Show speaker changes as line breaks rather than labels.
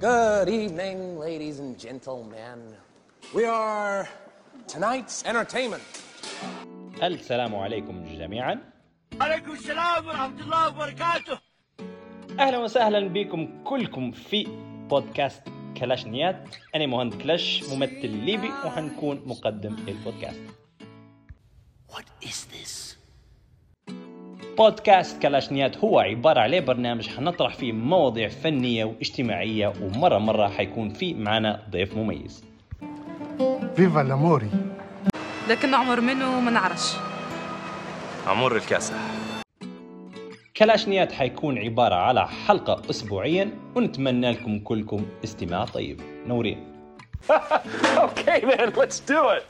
Good evening, ladies and gentlemen. We are tonight's entertainment.
السلام عليكم جميعا
عليكم السلام ورحمة الله وبركاته
اهلا وسهلا بكم كلكم في بودكاست كلاشنيات انا مهند كلاش ممثل ليبي وحنكون مقدم للبودكاست
What is this?
بودكاست كلاشنيات هو عبارة على برنامج حنطرح فيه مواضيع فنية واجتماعية ومرة مرة حيكون في معنا ضيف مميز
فيفا لاموري
لكن عمر منه ما نعرفش
عمر الكاسح
كلاشنيات حيكون عبارة على حلقة أسبوعيا ونتمنى لكم كلكم استماع طيب نورين
Okay, man, let's do it.